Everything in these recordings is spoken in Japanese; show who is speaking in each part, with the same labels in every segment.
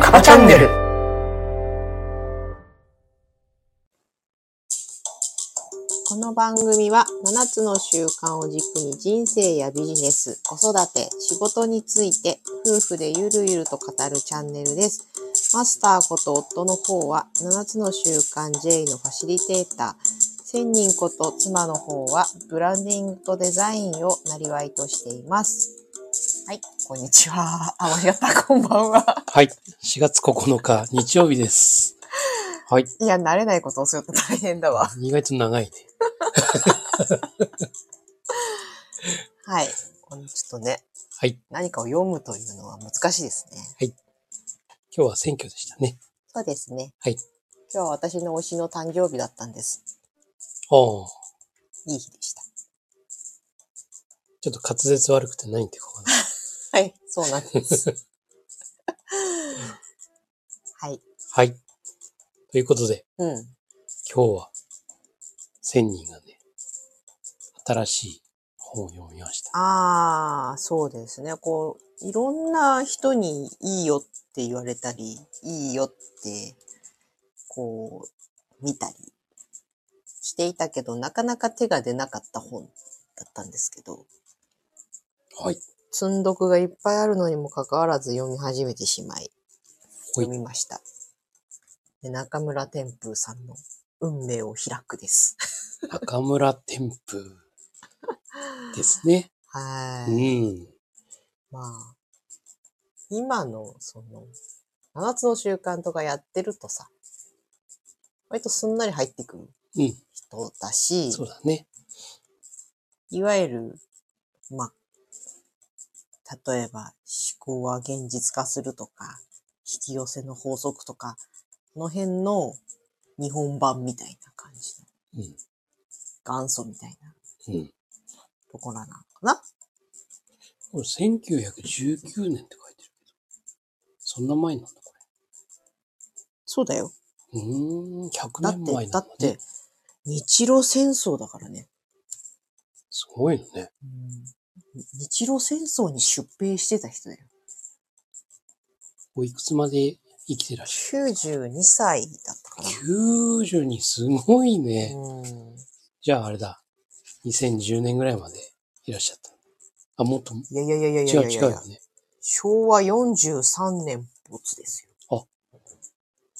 Speaker 1: カバチャンネル
Speaker 2: この番組は7つの習慣を軸に人生やビジネス、子育て、仕事について夫婦でゆるゆると語るチャンネルです。マスターこと夫の方は7つの習慣 J のファシリテーター、1000人こと妻の方はブランディングとデザインをなりわいとしています。はい、こんにちは。あ、間違った、こんばんは。
Speaker 1: はい。4月9日、日曜日です。はい。
Speaker 2: いや、慣れないことをすると大変だわ。
Speaker 1: 意外と長いね。
Speaker 2: はい。このちょっとね、
Speaker 1: はい。
Speaker 2: 何かを読むというのは難しいですね。
Speaker 1: 今日は選挙でしたね。
Speaker 2: そうですね。
Speaker 1: はい。
Speaker 2: 今日は私の推しの誕生日だったんです。
Speaker 1: ああ、ちょ
Speaker 2: いい日でした。
Speaker 1: っと滑舌悪くて何言ってるかわかんない。
Speaker 2: はい。そうなんです。 はい。
Speaker 1: はい。ということで、
Speaker 2: うん。
Speaker 1: 今日は、1000人がね、新しい本を読みました。
Speaker 2: ああ、そうですね。こう、いろんな人にいいよって言われたり、いいよって、こう、見たりしていたけど、なかなか手が出なかった本だったんですけど、
Speaker 1: はい。
Speaker 2: 積読がいっぱいあるのにもかかわらず読み始めてしまい、
Speaker 1: ほい
Speaker 2: 読みました。で中村天風さんの運命を開くです。
Speaker 1: 中村天風ですね。
Speaker 2: は
Speaker 1: う
Speaker 2: い。
Speaker 1: ん。
Speaker 2: まあ、今の、その、7つの習慣とかやってるとさ、割とすんなり入ってくる
Speaker 1: うん
Speaker 2: 人だし、
Speaker 1: そうだね。
Speaker 2: いわゆる、まあ、例えば思考は現実化するとか、引き寄せの法則とか、この辺の日本版みたいな感じの、
Speaker 1: うん
Speaker 2: 元祖みたいな
Speaker 1: うん。
Speaker 2: ところなのかな
Speaker 1: これ1919年って書いてるけど、そんな前なんだ、こ
Speaker 2: そうだよ。
Speaker 1: れ。うーん、100
Speaker 2: だって
Speaker 1: 年前、
Speaker 2: だ
Speaker 1: なんだ、ね。
Speaker 2: って、日露戦争だからね。
Speaker 1: すごいのね。
Speaker 2: うん日露戦争に出兵してた人だよ。
Speaker 1: おいくつまで生きてらっし
Speaker 2: 92歳だったか
Speaker 1: ゃる ?92 すごいね。
Speaker 2: な。うん
Speaker 1: じゃああれだ。2010年ぐらいまでいらっしゃった。あ、もっと、
Speaker 2: いやいやいやいやい
Speaker 1: 違
Speaker 2: や
Speaker 1: う
Speaker 2: いや
Speaker 1: 違うよね。
Speaker 2: 昭和43年没です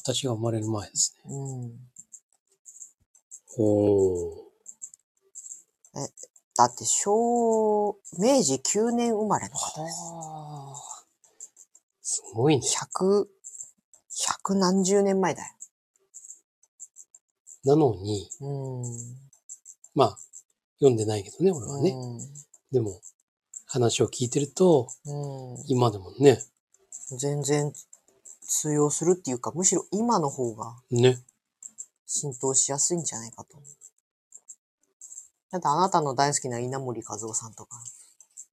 Speaker 1: 私が生まれる前ですね。
Speaker 2: よ。うん。
Speaker 1: おー。
Speaker 2: だって昭、明治9年生まれの方です。
Speaker 1: はあ。すごいね。
Speaker 2: 100、100何十年前だ
Speaker 1: なのに、
Speaker 2: よ。うん。
Speaker 1: まあ、読んでないけどね、俺はね。でも、話を聞いてると、
Speaker 2: うん。うん
Speaker 1: 今でもね、
Speaker 2: 全然通用するっていうか、むしろ今の方が
Speaker 1: ね。
Speaker 2: 浸透しやすいんじゃないかと思う。だってあなたの大好きな稲森和夫さんとか、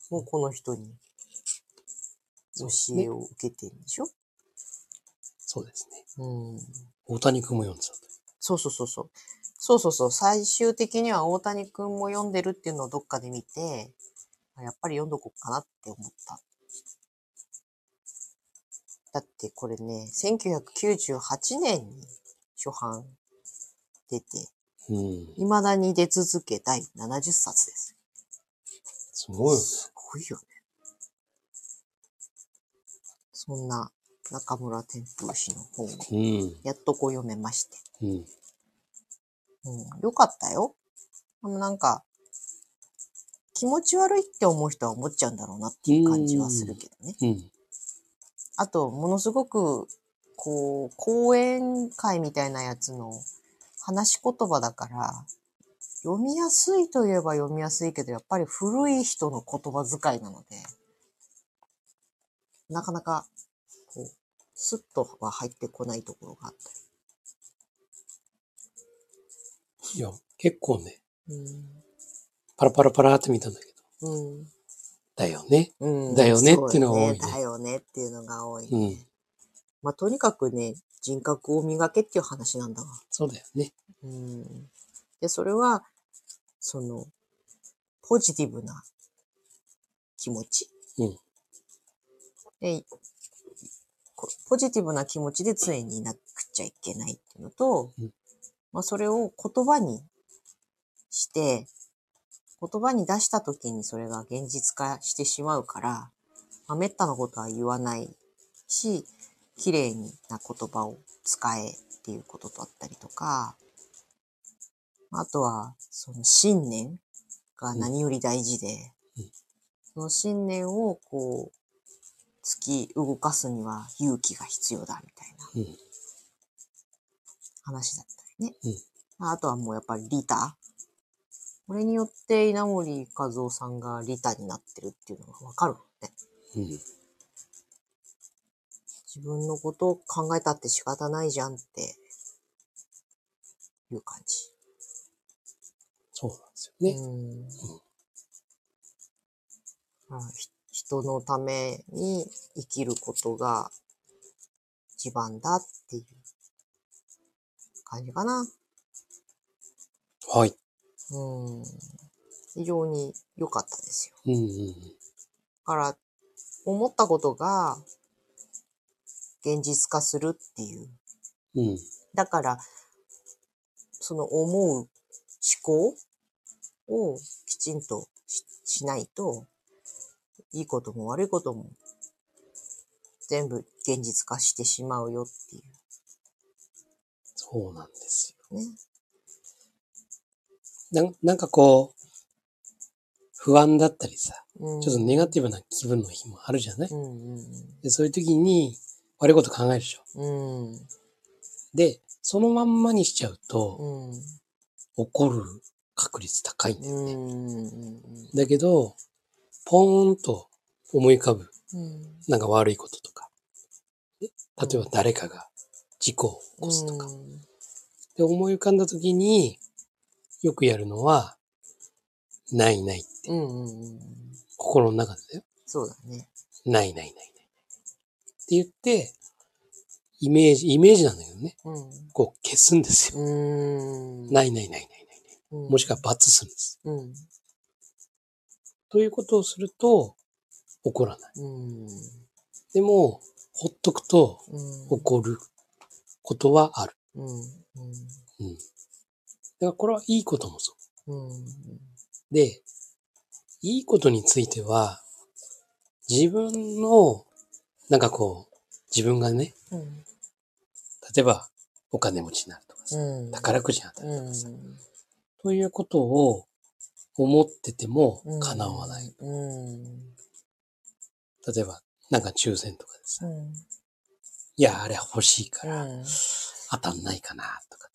Speaker 2: もうこの人に教えを受けてるんでしょ
Speaker 1: そうですね。
Speaker 2: うん。
Speaker 1: 大谷君も読んでたと。
Speaker 2: そうそうそうそう。そうそうそう。最終的には大谷くんも読んでるっていうのをどっかで見て、あやっぱり読んどこうかなって思った。だってこれね、1998年に初版出て、
Speaker 1: うん。
Speaker 2: 未だに出続け第70冊です。
Speaker 1: すごいよね。
Speaker 2: すごいよね。そんな中村天風氏の本をやっとこう読めまして。
Speaker 1: うん。うん。
Speaker 2: うん、よかったよ。あのなんか、気持ち悪いって思う人は思っちゃうんだろうなっていう感じはするけどね。
Speaker 1: うん。
Speaker 2: あと、ものすごく、こう、講演会みたいなやつの話し言葉だから、読みやすいといえば読みやすいけど、やっぱり古い人の言葉遣いなので、なかなか、こう、スッとは入ってこないところがあっ
Speaker 1: いや、結構ね、
Speaker 2: たり。
Speaker 1: パラパラパラって見たんだけど。
Speaker 2: うん。うん
Speaker 1: だよね。
Speaker 2: うん
Speaker 1: だよねっていうのが多いね
Speaker 2: そうだよねだよねっていうのが多い。
Speaker 1: うん。
Speaker 2: まあ、とにかくね、人格を磨けっていう話なんだわ。
Speaker 1: そうだよね。
Speaker 2: うん。で、それは、その、ポジティブな気持ち。
Speaker 1: うん
Speaker 2: でこポジティブな気持ちで常にいなくちゃいけないっていうのと、
Speaker 1: うん
Speaker 2: まあ、それを言葉にして、言葉に出した時にそれが現実化してしまうから、まあ、めったなことは言わないし、綺麗にな言葉を使えっていうことだったりとか、あとは、その信念が何より大事で、
Speaker 1: うん
Speaker 2: その信念をこう、突き動かすには勇気が必要だみたいな
Speaker 1: うん。
Speaker 2: 話だったりね。あとはもうやっぱりリタ。これによって稲森和夫さんがリタになってるっていうのがわかるもんね。
Speaker 1: うん。
Speaker 2: 自分のことを考えたって仕方ないじゃんっていう感じ。
Speaker 1: そうなんですよね。
Speaker 2: うんまあ、ひ人のために生きることが一番だっていう感じかな。
Speaker 1: はい。
Speaker 2: うん。非常に良かったですよ。
Speaker 1: うんうん
Speaker 2: だから、思ったことが現実化するっていう。
Speaker 1: うん。うん。
Speaker 2: だから、その思う思考をきちんとししないと、いいことも悪いことも全部現実化してしまうよってい
Speaker 1: そうなんです
Speaker 2: うね。
Speaker 1: よ。なんなんかこう、不安だったりさ、
Speaker 2: うん、
Speaker 1: ちょっとネガティブな気分の日もあるじゃない、
Speaker 2: うんうん
Speaker 1: でそういう時に悪いこと考えるでしょ。
Speaker 2: うん。うん。
Speaker 1: で、そのまんまにしちゃうと、
Speaker 2: うん。
Speaker 1: 怒る確率高いんだよ
Speaker 2: う
Speaker 1: ね。
Speaker 2: ん。
Speaker 1: だけど、ポーンと思い浮かぶ、
Speaker 2: うん。
Speaker 1: なんか悪いこととか。で例えば誰かが事故を起こすとか。
Speaker 2: うん
Speaker 1: で、思い浮かんだ時に、よくやるのは、ないないって。
Speaker 2: うんうんうん。
Speaker 1: 心の中でだよ。
Speaker 2: そうだね。
Speaker 1: ないないないない。って言って、イメージ、イメージなんだけどね。
Speaker 2: うん。
Speaker 1: こう消すんですよ。
Speaker 2: うん。
Speaker 1: ないないないないないない。
Speaker 2: も
Speaker 1: もしくは罰するんです。
Speaker 2: うん。
Speaker 1: ということをすると、怒らない。
Speaker 2: うん。
Speaker 1: でも、ほっとくと
Speaker 2: うん。
Speaker 1: 怒ることはある。
Speaker 2: うん。
Speaker 1: うん。だからこれはいいこともそ
Speaker 2: うん。うん。
Speaker 1: う。で、いいことについては、自分の、なんかこう、自分がね、
Speaker 2: うん。
Speaker 1: 例えばお金持ちになるとかさ、
Speaker 2: うん。
Speaker 1: 宝くじに当たるとかさ、
Speaker 2: うん。
Speaker 1: ということを思ってても叶わない。。
Speaker 2: うん。
Speaker 1: 例えば、なんか抽選とかでさ、
Speaker 2: うん。
Speaker 1: いや、あれ欲しいから、
Speaker 2: うん
Speaker 1: 当たんないかな、とかっ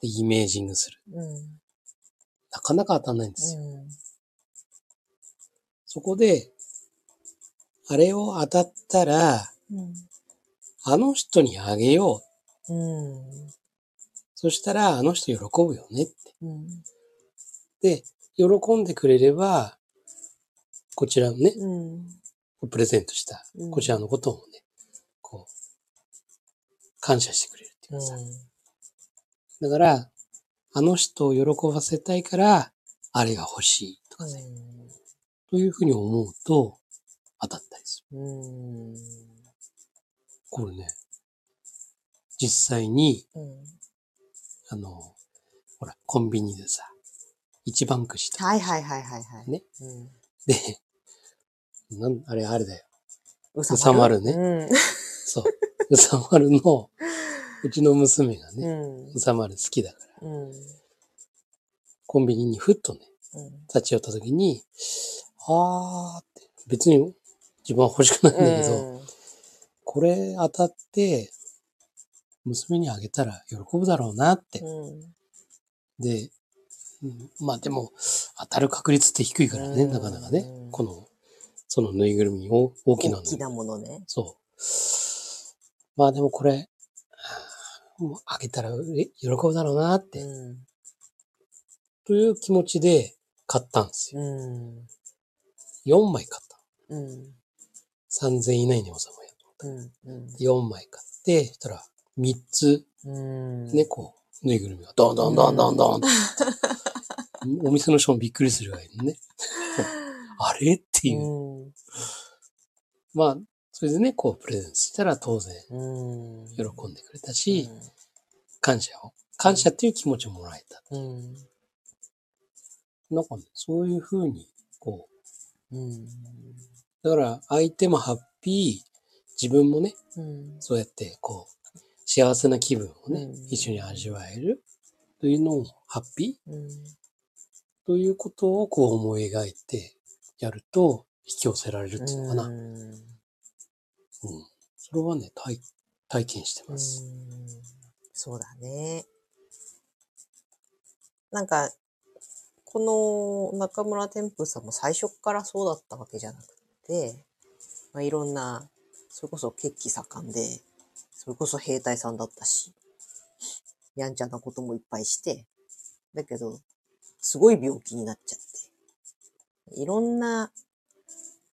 Speaker 1: て。で、イメージングする。
Speaker 2: うん。
Speaker 1: なかなか当たんないんですよ。そこで、あれを当たったら、
Speaker 2: うん。
Speaker 1: あの人にあげよう。
Speaker 2: うん。
Speaker 1: そしたら、あの人喜ぶよねっ
Speaker 2: うん。
Speaker 1: て。で、喜んでくれれば、こちらのね、
Speaker 2: うん。
Speaker 1: プレゼントした
Speaker 2: う、ん
Speaker 1: こちらのことをね、こう、感謝してくれるっていうかさ。だから、あの人を喜ばせたいから、あれが欲しいとかね。というふうに思うと、当たったりする。
Speaker 2: うん。
Speaker 1: これね、実際に、
Speaker 2: うん。
Speaker 1: あの、ほら、コンビニでさ、一番くじとか
Speaker 2: はいはいはいはいはい。
Speaker 1: ね。
Speaker 2: うん。
Speaker 1: で、なん、あれあれだよ。
Speaker 2: う
Speaker 1: さまるね
Speaker 2: うん。
Speaker 1: そう。うさまる の、うちの娘がね、
Speaker 2: うん
Speaker 1: うさまる好きだから、
Speaker 2: うん。
Speaker 1: コンビニにふっとね、
Speaker 2: うん。
Speaker 1: 立ち寄った時に、あーって、別に自分は欲しくないんだけど、これ当たって、娘にあげたら喜ぶだろうなって。
Speaker 2: うん。
Speaker 1: で、うんまあでも、当たる確率って低いからね、
Speaker 2: うん
Speaker 1: なかなかね。この、そのぬいぐるみを、大きなの。
Speaker 2: 大きなものね。
Speaker 1: そう。まあでもこれ、あーもうあげたらえ喜ぶだろうなって、
Speaker 2: うん。
Speaker 1: という気持ちで買ったんですよ。
Speaker 2: うん。
Speaker 1: 4枚買った
Speaker 2: うん。
Speaker 1: の。3000以内に収まる。った。
Speaker 2: うん
Speaker 1: 4枚買って、そしたら3つ
Speaker 2: うん。
Speaker 1: ね、こう、ぬいぐるみがどんどんどんどん どんって。お店の人もびっくりするぐらいの ね。あれっていう。
Speaker 2: うん。
Speaker 1: まあ、それでね、こう、プレゼントしたら当然
Speaker 2: うん。
Speaker 1: 喜んでくれたし、感謝を、感謝っていう気持ちをもらえた。
Speaker 2: うん。
Speaker 1: なんかね、そういうふうに、こ
Speaker 2: うん。
Speaker 1: う、だから相手もハッピー、自分もね、
Speaker 2: うん。
Speaker 1: そうやって、こう、幸せな気分をね、
Speaker 2: うん
Speaker 1: 一緒に味わえるというのを、ハッピ
Speaker 2: うん。
Speaker 1: ーということをこう思い描いてやると、引き寄せられるっていうのかな。
Speaker 2: うん
Speaker 1: うん。それはね、体、体験してます。
Speaker 2: うんそうだね。なんか、この中村天風さんも最初からそうだったわけじゃなくて、まあ、いろんな、それこそ血気盛んで、それこそ兵隊さんだったし、やんちゃなこともいっぱいして、だけど、すごい病気になっちゃって、いろんな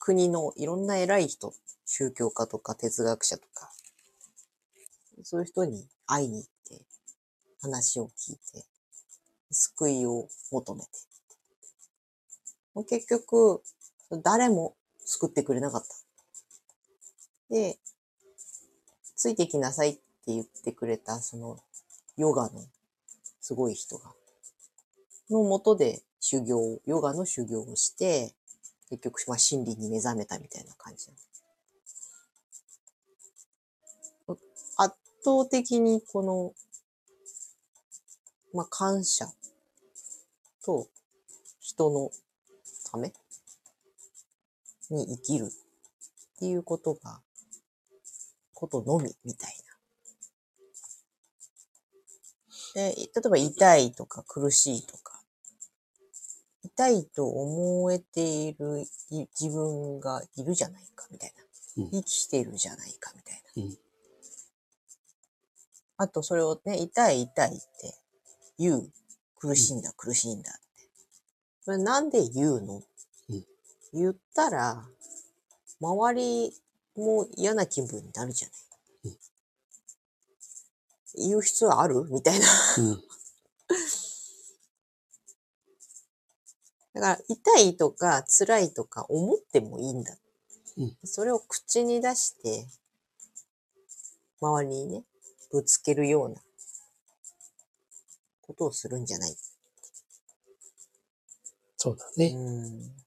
Speaker 2: 国のいろんな偉い人、宗教家とか哲学者とか、そういう人に会いに行って、話を聞いて、救いを求めて。もう結局、誰も救ってくれなかった。で、ついてきなさいって言ってくれた、その、ヨガのすごい人が、のもとで修行、ヨガの修行をして、結局、まあ、真理に目覚めたみたいな感じなの圧倒的にこの、まあ、感謝と人のために生きるっていうことが、ことのみみたいな。で例えば痛いとか苦しいとか、痛いと思えているい自分がいるじゃないかみたいな
Speaker 1: うん。
Speaker 2: 生きているじゃないかみたいな。
Speaker 1: うん。
Speaker 2: あとそれをね、痛い痛いって言う。苦しいんだ、苦しいんだって。それなんで言うの、
Speaker 1: うん
Speaker 2: 言ったら、周りも嫌な気分になるじゃない。言う必要あるみたいな。
Speaker 1: うん。
Speaker 2: だから、痛いとか辛いとか思ってもいいんだ。
Speaker 1: うん
Speaker 2: それを口に出して、周りにね、ぶつけるようなことをするんじゃない。
Speaker 1: そうだね。
Speaker 2: うん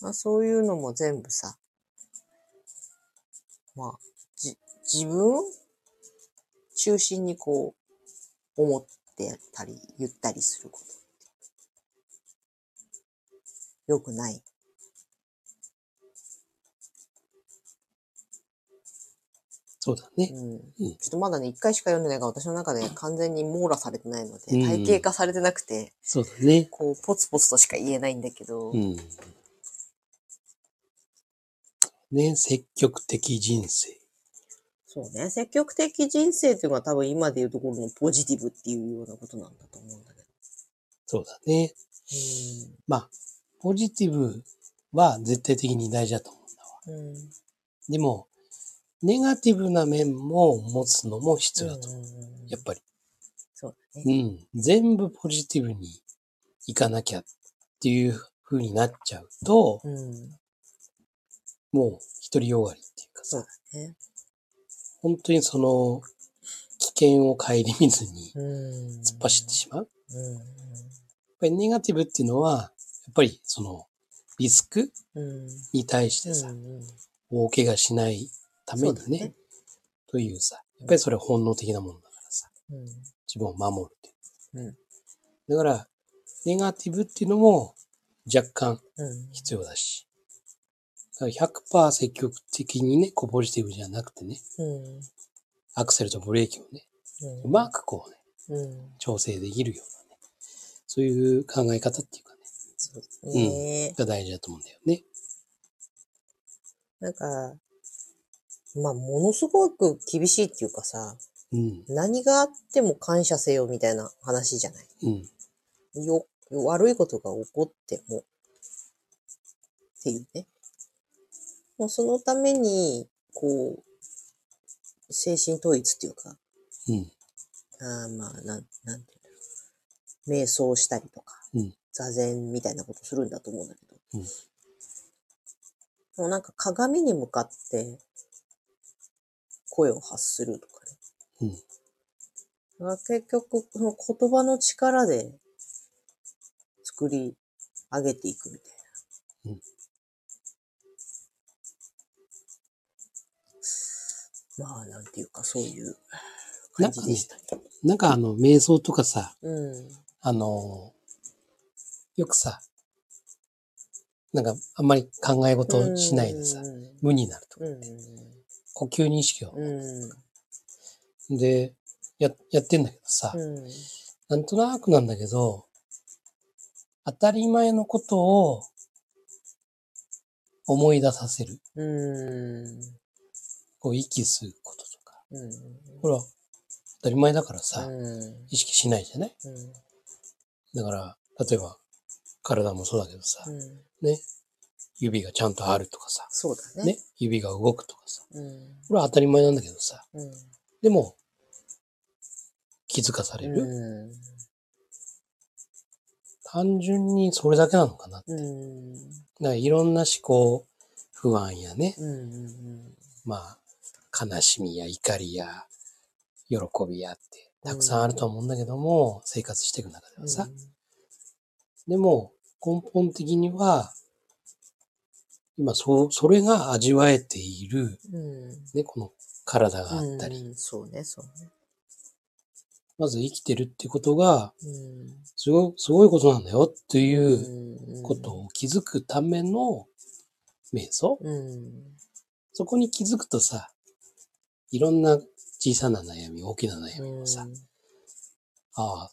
Speaker 2: まあ、そういうのも全部さ、まあ、じ、自分中心にこう、思ってたり、言ったりすること。よくない。
Speaker 1: そうだ
Speaker 2: う
Speaker 1: ね。
Speaker 2: ん。ちょっとまだね、一回しか読んでないから、私の中で完全に網羅されてないので、
Speaker 1: うん
Speaker 2: 体系化されてなくて、
Speaker 1: そうだね。
Speaker 2: こう、ポツポツとしか言えないんだけど、
Speaker 1: うん。ね、積極的人生。
Speaker 2: そうね。積極的人生っていうのは多分今でいうところのポジティブっていうようなことなんだと思うんだけど。
Speaker 1: そうだね。まあ、ポジティブは絶対的に大事だと思うんだわ。
Speaker 2: うん。うん。
Speaker 1: でも、ネガティブな面も持つのも必要だと思う。
Speaker 2: うん
Speaker 1: やっぱり。
Speaker 2: そうだ
Speaker 1: う
Speaker 2: ね。
Speaker 1: ん。全部ポジティブにいかなきゃっていう風になっちゃうと、
Speaker 2: うん。
Speaker 1: もう一人よがりっていうか
Speaker 2: そう
Speaker 1: さ、
Speaker 2: だね。
Speaker 1: 本当にその危険を顧みずに
Speaker 2: うん。
Speaker 1: 突っ走ってしまう。やっ
Speaker 2: う
Speaker 1: ぱりネガティブっていうのは、やっぱりそのリスク
Speaker 2: ん。うん。うん。
Speaker 1: に対してさ、
Speaker 2: うん
Speaker 1: 大怪我しないために
Speaker 2: そうだ
Speaker 1: ね
Speaker 2: ね
Speaker 1: というさ、やっぱりそれは本能的なものだからさ、
Speaker 2: うん。
Speaker 1: 自分を守るっていう。
Speaker 2: うん
Speaker 1: だから、ネガティブっていうのも若干
Speaker 2: うん。
Speaker 1: 必要だし、だから100%積極的にね、こうポジティブじゃなくてね、
Speaker 2: うん。
Speaker 1: アクセルとブレーキをね、
Speaker 2: うん。
Speaker 1: うまくこうね、
Speaker 2: うん。
Speaker 1: 調整できるようなね、そういう考え方っていうかね、
Speaker 2: そうだね。
Speaker 1: が大事だと思うんだよね。
Speaker 2: なんか、まあ、ものすごく厳しいっていうかさ、
Speaker 1: うん、
Speaker 2: 何があっても感謝せよみたいな話じゃない
Speaker 1: うん、
Speaker 2: よ、悪いことが起こっても、っていうね。もうそのために、こう、精神統一っていうか、
Speaker 1: うん。
Speaker 2: あーまあ、なん、なんていうんだろう。瞑想したりとか、
Speaker 1: うん
Speaker 2: 座禅みたいなことするんだと思うんだけど。
Speaker 1: うん
Speaker 2: もうなんか鏡に向かって声を発するとかね。うん。が結局、その言葉の力で作り上げていくみたいな。
Speaker 1: うん
Speaker 2: まあ、なんていうか、そういう
Speaker 1: な
Speaker 2: 感
Speaker 1: んか
Speaker 2: じ
Speaker 1: ね
Speaker 2: でしたね。
Speaker 1: なんかあの、瞑想とかさ、
Speaker 2: うん。
Speaker 1: あの、よくさ、なんかあんまり考え事をしないでさ
Speaker 2: う、ん
Speaker 1: 無になると。
Speaker 2: うん
Speaker 1: 呼吸に意識を。
Speaker 2: うん
Speaker 1: で、や、やってんだけどさ、
Speaker 2: うん
Speaker 1: なんとなくなんだけど、当たり前のことを思い出させる。
Speaker 2: うん
Speaker 1: こう息吸うこととか。
Speaker 2: うん
Speaker 1: ほら、当たり前だからさ、
Speaker 2: うん
Speaker 1: 意識しないじゃない
Speaker 2: うん
Speaker 1: だから、例えば、体もそうだけどさ、
Speaker 2: うん
Speaker 1: 指がちゃんとあるとかさ、
Speaker 2: そうだね。
Speaker 1: ね、指が動くとかさ、
Speaker 2: うん
Speaker 1: これは当たり前なんだけどさ、
Speaker 2: うん
Speaker 1: でも、気づかされる。
Speaker 2: う
Speaker 1: 単純にそれだけなのかな。だか
Speaker 2: んうん
Speaker 1: らいろんな思考、不安やね、
Speaker 2: うん
Speaker 1: まあ、悲しみや怒りや、喜びやって、たくさんあると思うんだけども、生活していく中で
Speaker 2: う
Speaker 1: は
Speaker 2: ん
Speaker 1: さ、でも、根本的には、今、そう、それが味わえている、
Speaker 2: うん
Speaker 1: ね、この体があったり、
Speaker 2: うんそうねそうね
Speaker 1: まず生きてるってことが、
Speaker 2: うん
Speaker 1: すごい、すごいことなんだよっていう
Speaker 2: うん
Speaker 1: ことを気づくための瞑想。
Speaker 2: うん
Speaker 1: そこに気づくとさ、いろんな小さな悩み、大きな悩みもさ、ああ、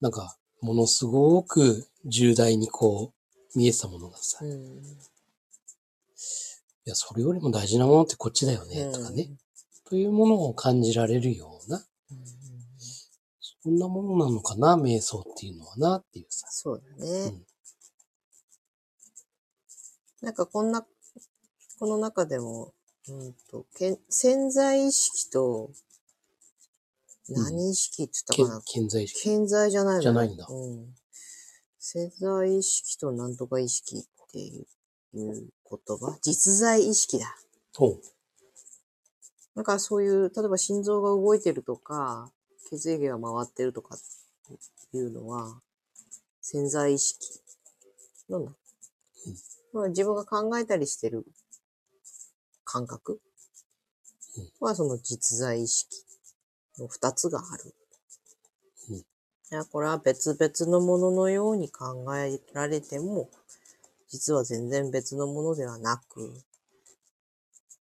Speaker 1: なんか、ものすごく重大にこう、見えてたものがさ、
Speaker 2: う
Speaker 1: い
Speaker 2: ん
Speaker 1: や、それよりも大事なものってこっちだよね、とかね、というものを感じられるような、
Speaker 2: うん
Speaker 1: そんなものなのかな、瞑想っていうのはな、っていうさ。
Speaker 2: そうだね。なんかこんな、この中でも、うんと、けん潜在意識と、
Speaker 1: ん
Speaker 2: 何意識って
Speaker 1: け
Speaker 2: 言ったかな、
Speaker 1: 健在意識。
Speaker 2: 健在じゃないの
Speaker 1: じゃないんだ
Speaker 2: うん。潜在意識と何とか意識っていう言葉実在意識だ。
Speaker 1: ほう。
Speaker 2: なんかそういう、例えば心臓が動いてるとか、血液が回ってるとかっていうのは、潜在意識。なんだ、まあ、自分が考えたりしてる感覚はその実在意識の二つがある。
Speaker 1: うん
Speaker 2: いやこれは別々のもののように考えられても、実は全然別のものではなく、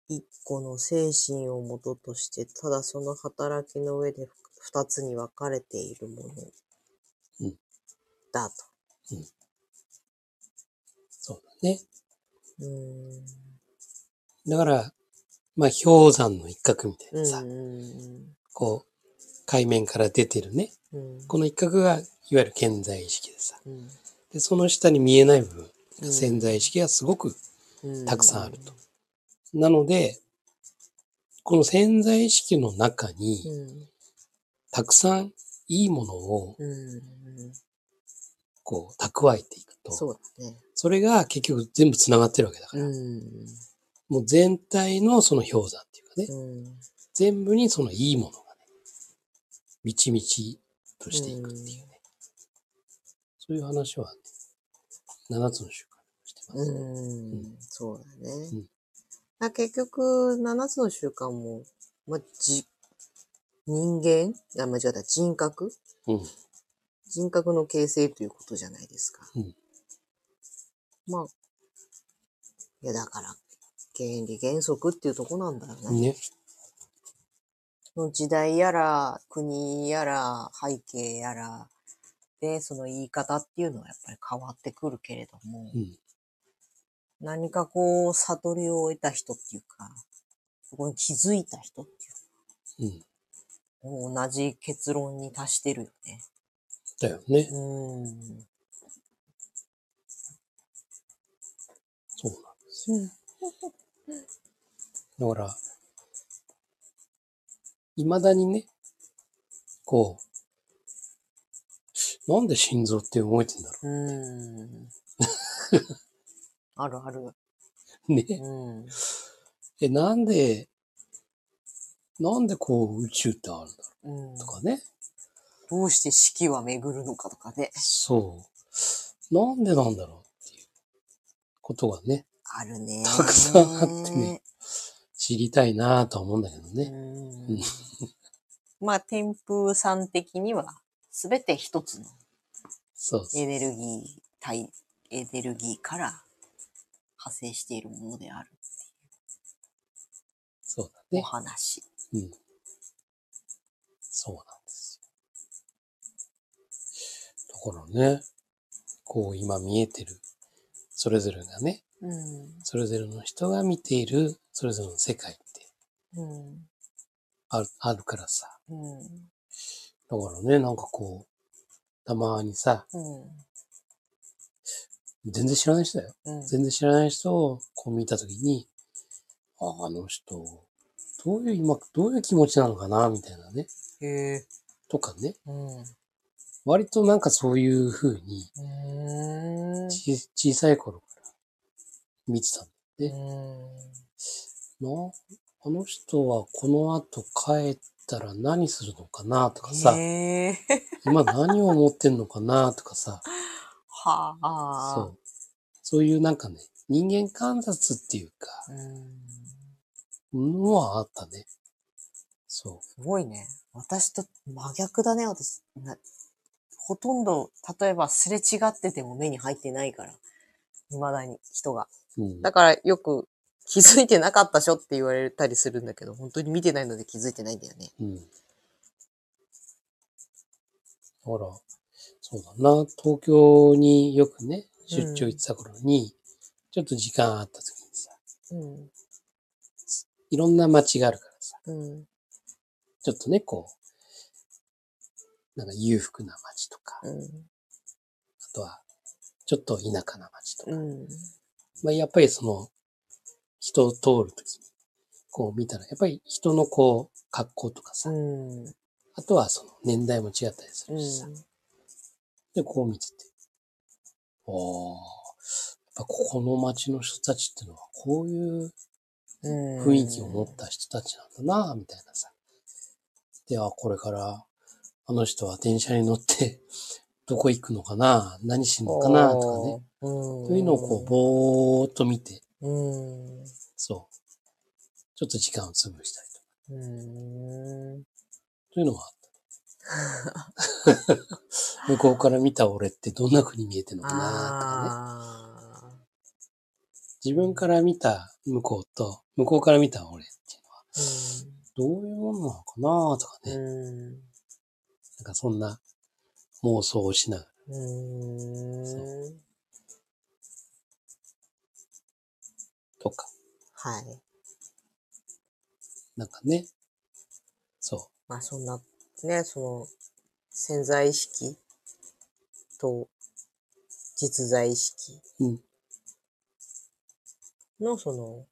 Speaker 2: 一個の精神を元として、ただその働きの上で二つに分かれているも
Speaker 1: う
Speaker 2: の
Speaker 1: ん
Speaker 2: だと。
Speaker 1: そうだね。
Speaker 2: うーん。
Speaker 1: だから、まあ、氷山の一角みたいなさ、
Speaker 2: うん
Speaker 1: こう、海面から出てるね。
Speaker 2: うん
Speaker 1: この一角が、いわゆる健在意識でさ。
Speaker 2: うん
Speaker 1: で、その下に見えない部
Speaker 2: う
Speaker 1: 分、
Speaker 2: ん
Speaker 1: 潜在意識がすごく
Speaker 2: うん
Speaker 1: たくさんあると。なので、この潜在意識の中
Speaker 2: う
Speaker 1: に、
Speaker 2: ん
Speaker 1: たくさんいいものを、
Speaker 2: うん
Speaker 1: こう、蓄えていくと、
Speaker 2: そうだね。
Speaker 1: それが結局全部繋がってるわけだから、
Speaker 2: うん。
Speaker 1: もう全体のその氷山っていうかね、
Speaker 2: うん。
Speaker 1: 全部にそのいいものがね、みちみちとしていくっていうね。そういう話は、ね、7つの習慣としてますね。
Speaker 2: うん。そうだね
Speaker 1: うん。
Speaker 2: だから結局、7つの習慣も、まあ、じ、人間あ、間違えた。人格
Speaker 1: うん。
Speaker 2: 人格の形成ということじゃないですか。
Speaker 1: うん
Speaker 2: まあ、いや、だから、原理原則っていうとこなんだろうね。
Speaker 1: ね。
Speaker 2: の時代やら、国やら、背景やら、で、その言い方っていうのはやっぱり変わってくるけれども、
Speaker 1: うん。
Speaker 2: 何かこう、悟りを得た人っていうか、そこに気づいた人っていう
Speaker 1: うん。
Speaker 2: もう同じ結論に達してるよね。
Speaker 1: だよね。
Speaker 2: うん。
Speaker 1: そうなんですよ。だから、未だにね、こう、なんで心臓って動いてんだろ
Speaker 2: うん。あるある。
Speaker 1: うね。
Speaker 2: うん。
Speaker 1: え、なんで、なんでこう宇宙ってあるんだろ
Speaker 2: うん
Speaker 1: うと。かね。
Speaker 2: どうして四季は巡るのかとかね。
Speaker 1: そう。なんでなんだろうっていうことがね、
Speaker 2: あるね。
Speaker 1: たくさんあってね。知りたいなぁとは思うんだけどね。
Speaker 2: うん。まあ、天風さん的には、すべて一つの
Speaker 1: そうそう
Speaker 2: エネルギー体、エネルギーから派生しているものである
Speaker 1: そうだ
Speaker 2: お
Speaker 1: ね。
Speaker 2: 話。
Speaker 1: うん。そうなんですよ。だからね、こう今見えてる、それぞれがね、
Speaker 2: うん。
Speaker 1: それぞれの人が見ている、それぞれの世界って
Speaker 2: うん。
Speaker 1: あるあるからさ。
Speaker 2: うん。
Speaker 1: だからね、なんかこう、たまにさ、
Speaker 2: うん。
Speaker 1: 全然知らない人だよ。
Speaker 2: うん。
Speaker 1: 全然知らない人をこう見たときに、ああ、あの人、どういう今、どういう気持ちなのかな、みたいなね。
Speaker 2: へえ。
Speaker 1: とかね。
Speaker 2: うん。う
Speaker 1: 割となんかそういう風に、
Speaker 2: ーん。
Speaker 1: ち小さい頃から見てたね
Speaker 2: うん
Speaker 1: の。あの人はこの後帰ったら何するのかなとかさ、
Speaker 2: へえ。
Speaker 1: 今何を思ってんのかなとかさ、
Speaker 2: はあ。
Speaker 1: そう。そういうなんかね、人間観察っていうか、
Speaker 2: うん。
Speaker 1: のはあったね。そ
Speaker 2: すごいね。私と真逆だね、私。なほとんど、例えばすれ違ってても目に入ってないから。未だに人が。
Speaker 1: う。うん、
Speaker 2: だからよく気づいてなかったしょって言われたりするんだけど、本当に見てないので気づいてないんだよね。
Speaker 1: うん。だから、そうだな、東京によくね、出張行ってた頃に、ちょっと時間あった時にさ、いろんな街があるからさ、
Speaker 2: うん。うん。
Speaker 1: ちょっとね、こう、なんか裕福な街とか、あ
Speaker 2: うん。
Speaker 1: とは、ちょっと田舎な街とか、
Speaker 2: うん。
Speaker 1: まあやっぱりその、人を通るときに、こう見たら、やっぱり人のこう、格好とかさ、
Speaker 2: うん。
Speaker 1: あとはその年代も違ったりす
Speaker 2: う。
Speaker 1: るしさ、で、こう見てて。ああ、やっぱここの街の人たちってのはこういうん雰囲気を持った人たちなんだな、みたいなさ。で、あ、これからあの人は電車に乗って どこ行くのかな、何しんのかな、とかね。
Speaker 2: おー。うん。
Speaker 1: そういうのをこう、ぼーっと見て、
Speaker 2: う。うん。
Speaker 1: そう。ちょっと時間を潰したりとか。
Speaker 2: うん。
Speaker 1: というのはあ った。向こうから見た俺ってどんな風に見えてるのかな、とかね。
Speaker 2: ああ。
Speaker 1: 自分から見た向こうと、向こうから見た俺っていうのは、どういうものなのかなとか
Speaker 2: う
Speaker 1: ね、
Speaker 2: ん。
Speaker 1: なんかそんな妄想をしながら、
Speaker 2: うん。うん。
Speaker 1: とか、
Speaker 2: はい。
Speaker 1: なんかね、そ
Speaker 2: まあそんな、ね、その、潜在意識と実在意識
Speaker 1: う、うん、
Speaker 2: のその、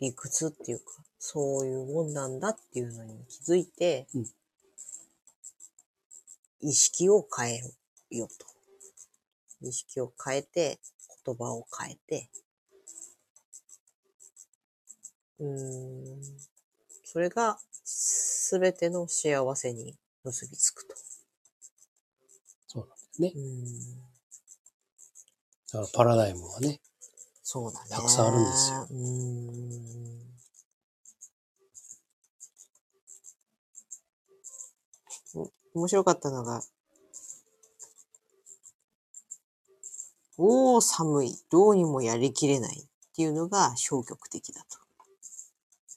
Speaker 2: 理屈っていうか、そういうもんなんだっていうのに気づいて、
Speaker 1: うん
Speaker 2: 意識を変えようと。意識を変えて、言葉を変えて、うーん、それがすべての幸せに結びつくと。
Speaker 1: そうなんだよね。
Speaker 2: うん、
Speaker 1: だからパラダイムはね、
Speaker 2: そうだね。
Speaker 1: たくさんあるんですよ
Speaker 2: うん。お面白かったのが、おー寒い、どうにもやりきれないっていうのが消極的だと。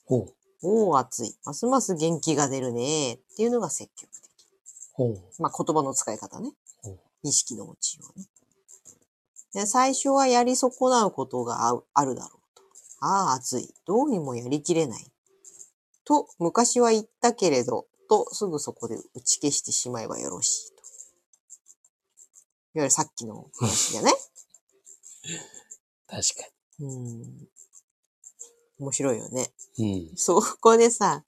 Speaker 1: ほう、
Speaker 2: おー暑い、ますます元気が出るねっていうのが積極的。
Speaker 1: ほう、
Speaker 2: まあ、言葉の使い方ね
Speaker 1: うん。
Speaker 2: 意識の持ちようね。で最初はやり損なうことがあうあるだろうと。ああ、暑い。どうにもやりきれない。と、昔は言ったけれど、と、すぐそこで打ち消してしまえばよろしいと。いわゆるさっきの話じゃね。
Speaker 1: 確か
Speaker 2: うん。面白いよね。
Speaker 1: うん。
Speaker 2: そこでさ、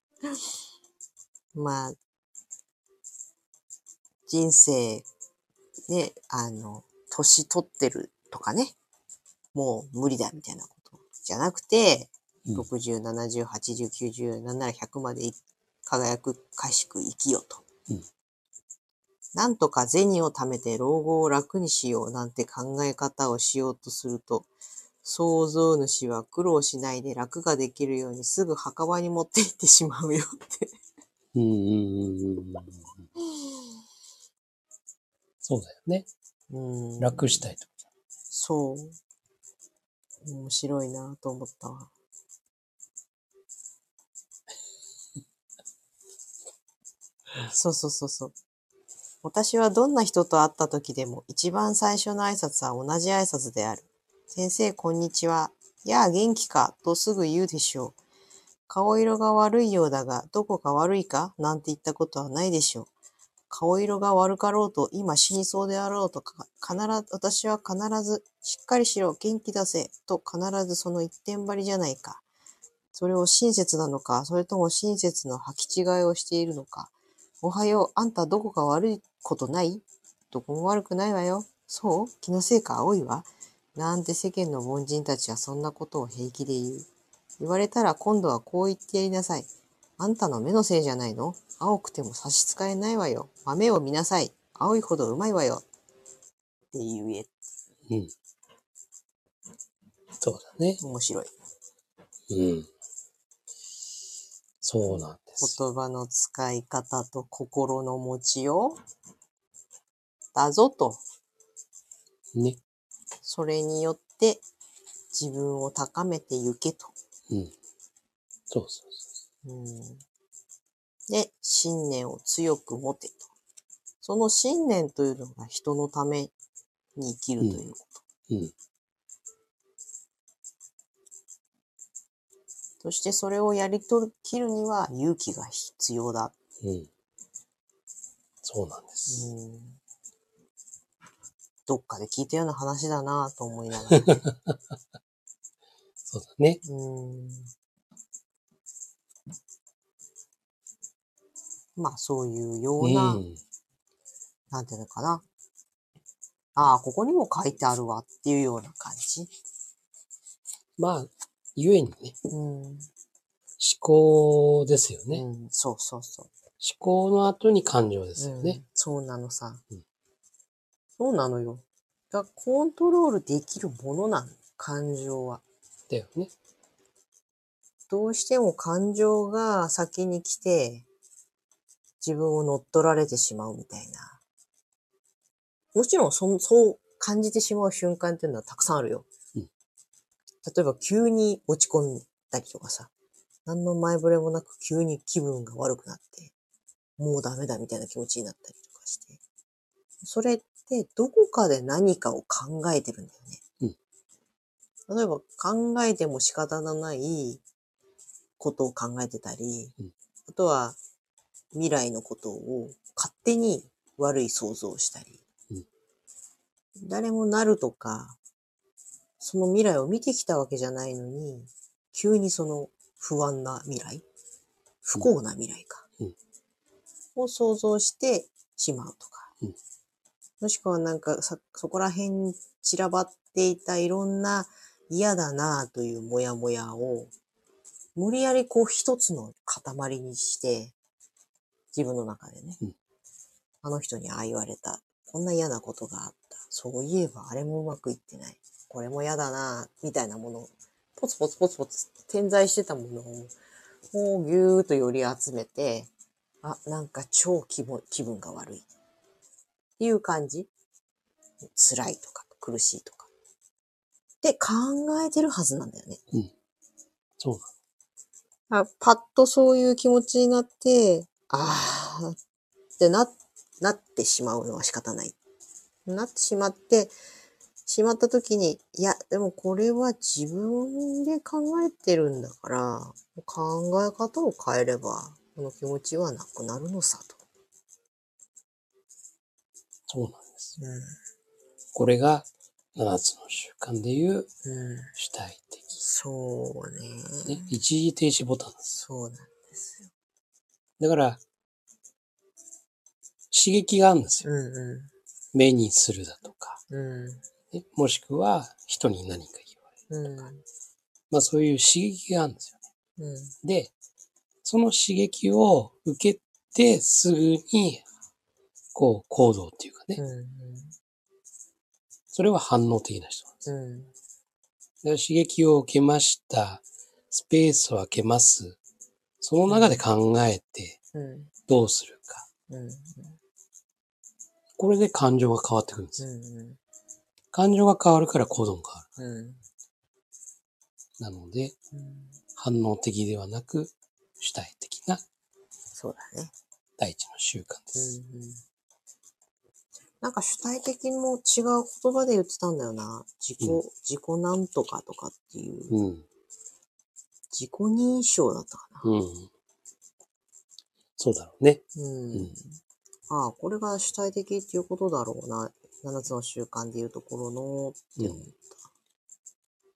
Speaker 2: まあ、人生、ね、あの、年取ってるとかね、もう無理だみたいなことじゃなくて、
Speaker 1: うん
Speaker 2: 60、70、80、90、なんなら100までい輝く、賢く生きよと。
Speaker 1: うん
Speaker 2: なんとか銭を貯めて老後を楽にしようなんて考え方をしようとすると、創造主は苦労しないで楽ができるようにすぐ墓場に持って行ってしまうよって。
Speaker 1: うんうんうんうんうん。そうだよね。
Speaker 2: うん
Speaker 1: 楽したいと。
Speaker 2: そう。面白いなと思ったわ。そうそうそうそう。私はどんな人と会った時でも一番最初の挨拶は同じ挨拶である。先生、こんにちは。やあ、元気かとすぐ言うでしょう。顔色が悪いようだが、どこか悪いかなんて言ったことはないでしょう。顔色が悪かろうと、今死にそうであろうとか、必ず、私は必ず、しっかりしろ、元気出せ、と必ずその一点張りじゃないか。それを親切なのか、それとも親切の履き違いをしているのか。おはよう、あんたどこか悪いことないどこも悪くないわよ。そう気のせいか青いわ。なんて世間の凡人たちはそんなことを平気で言う。言われたら今度はこう言ってやりなさい。あんたの目のせいじゃないの青くても差し支えないわよ。豆を見なさい。青いほどうまいわよ。って言え、
Speaker 1: うん。そうだね。
Speaker 2: 面白い。
Speaker 1: うん。そうなんです。
Speaker 2: 言葉の使い方と心の持ちよう。だぞと。
Speaker 1: ね。
Speaker 2: それによって自分を高めてゆけと。
Speaker 1: うん。そうそうそ
Speaker 2: うんで、信念を強く持てと。その信念というのが人のために生きるということ。
Speaker 1: う。うん。
Speaker 2: そしてそれをやりときるには勇気が必要だ。
Speaker 1: うん。そうなんです。
Speaker 2: うんどっかで聞いたような話だなぁと思い ながら、ね。
Speaker 1: そうだね。
Speaker 2: うんまあそういうような、
Speaker 1: うん。
Speaker 2: なんていうのかな。ああ、ここにも書いてあるわっていうような感じ。
Speaker 1: まあ、ゆえにね、
Speaker 2: うん
Speaker 1: 思考ですよね。思
Speaker 2: うん、そうそうそう。
Speaker 1: 考の後に感情ですよ
Speaker 2: う
Speaker 1: ね
Speaker 2: ん。そうなのさ、
Speaker 1: うん
Speaker 2: そうなのよ。だからコントロールできるものなの、感情は。
Speaker 1: だよね。
Speaker 2: どうしても感情が先に来て、自分を乗っ取られてしまうみたいな。もちろんそ、そう感じてしまう瞬間っていうのはたくさんあるよ。
Speaker 1: うん
Speaker 2: 例えば、急に落ち込んだりとかさ、何の前触れもなく急に気分が悪くなって、もうダメだみたいな気持ちになったりとかして。それって、どこかで何かを考えてるんだよね。例えば、考えても仕方のないことを考えてたり、
Speaker 1: うん
Speaker 2: あとは未来のことを勝手に悪い想像をしたり、
Speaker 1: うん
Speaker 2: 誰もなるとか、その未来を見てきたわけじゃないのに、急にその不安な未来、不幸な未来か、
Speaker 1: うん
Speaker 2: を想像してしまうとか、
Speaker 1: うん
Speaker 2: もしくはなんかさそこら辺に散らばっていたいろんな嫌だなあというモヤモヤを無理やりこう一つの塊にして、自分の中でね、
Speaker 1: うん
Speaker 2: あの人にああ言われた、こんな嫌なことがあった、そういえばあれもうまくいってない、これも嫌だな、みたいなもの、ポツポツポツポツ点在してたものを、こうぎゅーっとより集めて、あ、なんか超気分気分が悪い。っていう感じ。辛いとか苦しいとか。で考えてるはずなんだよね。
Speaker 1: そうなん
Speaker 2: あパッとそういう気持ちになって、ああ、ってな、なってしまうのは仕方ない。なってしまって、しまった時に、いや、でもこれは自分で考えてるんだから、考え方を変えれば、この気持ちはなくなるのさ、と。
Speaker 1: そうなんです。
Speaker 2: うん。
Speaker 1: これが7つの習慣でいう主体的
Speaker 2: そうね
Speaker 1: ね。一時停止ボタン。
Speaker 2: そうなんですよ。
Speaker 1: だから、刺激があるんですよ。
Speaker 2: う
Speaker 1: 目にするだとか、
Speaker 2: んうん。
Speaker 1: ねもしくは人に何か言われる。
Speaker 2: うん。
Speaker 1: まあそういう刺激があるんですよ。
Speaker 2: うん。
Speaker 1: で、その刺激を受けてすぐに、こう行動っていうかね、
Speaker 2: うん。
Speaker 1: それは反応的な人なんです。
Speaker 2: うん。
Speaker 1: だから刺激を受けました。スペースを空けます。その中で考えて
Speaker 2: うん。
Speaker 1: どうするか。
Speaker 2: うん。
Speaker 1: これで感情が変わってくるんですよ。
Speaker 2: うん。
Speaker 1: 感情が変わるから行動が変わ
Speaker 2: うん。
Speaker 1: る。なので、反応的ではなく主体的な
Speaker 2: そうだね。
Speaker 1: 第一の習慣です。
Speaker 2: うん。なんか主体的にも違う言葉で言ってたんだよな。自己、
Speaker 1: うん
Speaker 2: 自己なんとかとかっていう。
Speaker 1: うん。
Speaker 2: 自己認証だったかな。
Speaker 1: うん。そうだろうね。
Speaker 2: うん。
Speaker 1: うん
Speaker 2: ああ、これが主体的っていうことだろうな。7つの習慣でいうところの、って思った。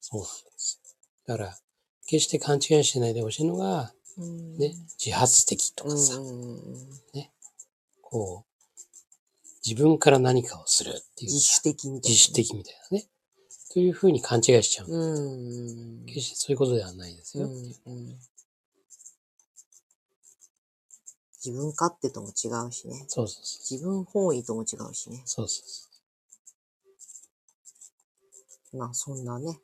Speaker 1: そうなんです。だから、決して勘違いしないでほしいのが、
Speaker 2: うん。
Speaker 1: ね、自発的と
Speaker 2: う
Speaker 1: か
Speaker 2: ん
Speaker 1: さ、
Speaker 2: うんうん。
Speaker 1: こう、自分から何かをするっていう、
Speaker 2: 自主的みたいな。
Speaker 1: 自主的みたいなね。というふうに勘違いしちゃう。
Speaker 2: うん。
Speaker 1: 決してそういうことではないです
Speaker 2: う
Speaker 1: よ。
Speaker 2: んうん自分勝手とも違うしね。
Speaker 1: そうそうそう。
Speaker 2: 自分本位とも違うしね。
Speaker 1: そうそうそ
Speaker 2: まあそんなね。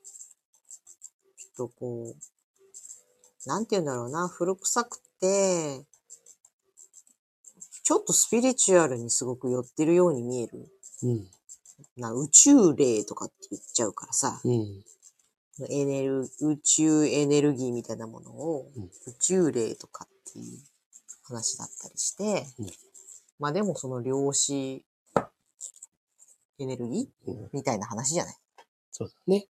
Speaker 2: きっとこう、なんて言うんだろうな、古臭くて、ちょっとスピリチュアルにすごく寄ってるように見える。
Speaker 1: う。うん。
Speaker 2: な宇宙霊とかって言っちゃうからさ、
Speaker 1: うん。
Speaker 2: エネル宇宙エネルギーみたいなものを
Speaker 1: うん
Speaker 2: 宇宙霊とかっていう話だったりして、
Speaker 1: うん
Speaker 2: まあでもその量子エネルギー、
Speaker 1: うん
Speaker 2: みたいな話じゃない。
Speaker 1: そうだね。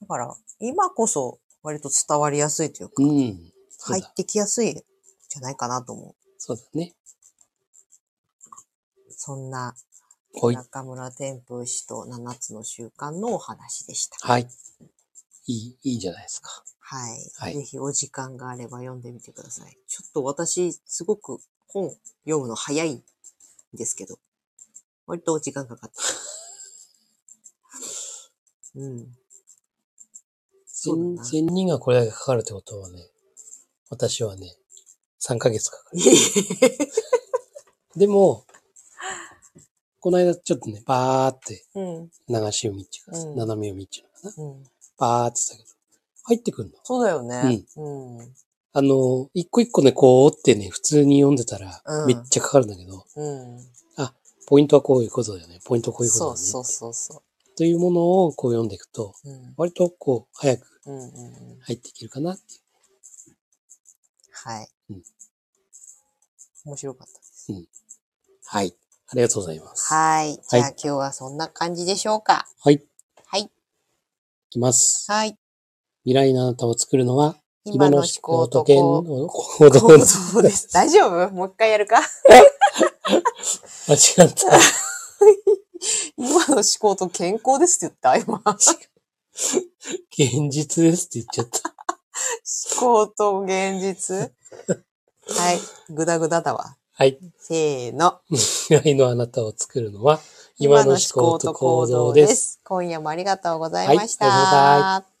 Speaker 2: だから今こそ割と伝わりやすいというか、
Speaker 1: うん。そう
Speaker 2: 入
Speaker 1: だ
Speaker 2: ってきやすいんじゃないかなと思う。
Speaker 1: そうだね。
Speaker 2: そんな
Speaker 1: ほい。
Speaker 2: 中村天風氏と7つの習慣のお話でした。
Speaker 1: はい。いい、いいじゃないですか。
Speaker 2: はい。
Speaker 1: はい
Speaker 2: ぜひお時間があれば読んでみてください。ちょっと私、すごく本読むの早いんですけど、割とお時間か かった。うん。そう
Speaker 1: 全
Speaker 2: だな。
Speaker 1: 全人がこれだけかかるってことはね、私はね、3ヶ月かかる。でも、この間ちょっとね、バーって
Speaker 2: うん。
Speaker 1: 流し読みっていうか、
Speaker 2: うん
Speaker 1: 斜め読みっていうのかな。
Speaker 2: うん。
Speaker 1: バーってしたけど、入ってくるの。
Speaker 2: そうだよね。うん。
Speaker 1: あの、一個一個ね、こう折ってね、普通に読んでたら
Speaker 2: う、ん
Speaker 1: めっちゃかかるんだけど、
Speaker 2: うん。
Speaker 1: ポイントはこういうことだよね、ポイントはこういうことだ
Speaker 2: そ
Speaker 1: よ
Speaker 2: う
Speaker 1: ね。
Speaker 2: そうそうそ
Speaker 1: というものをこう読んでいくと、
Speaker 2: う。うん。
Speaker 1: 割とこう、早く
Speaker 2: うんうんうん。
Speaker 1: 入っていけるかなっていう。
Speaker 2: はい。
Speaker 1: うん
Speaker 2: 面白かったです。
Speaker 1: はい。ありがとうございます。
Speaker 2: はい。じゃあ、今日はそんな感じでしょうか。
Speaker 1: はい。い
Speaker 2: はい。
Speaker 1: きます。
Speaker 2: はい。
Speaker 1: 未来のあなたを作るのは、今の思考と
Speaker 2: 今
Speaker 1: 言
Speaker 2: の思考と
Speaker 1: の行
Speaker 2: そ
Speaker 1: 動
Speaker 2: う
Speaker 1: の
Speaker 2: そうです。 大丈夫もう一回やるか
Speaker 1: 間違った。
Speaker 2: 今の思考と健康ですって言った 今。思
Speaker 1: 現実ですって言っちゃった。
Speaker 2: 考と現実。はい。ぐだぐだだわ。
Speaker 1: はい。
Speaker 2: せーの。
Speaker 1: 未来のあなたを作るのは、今の思考と行動です。
Speaker 2: 今の思考と行動す。今夜もありがとうございました。
Speaker 1: はいありがとうございま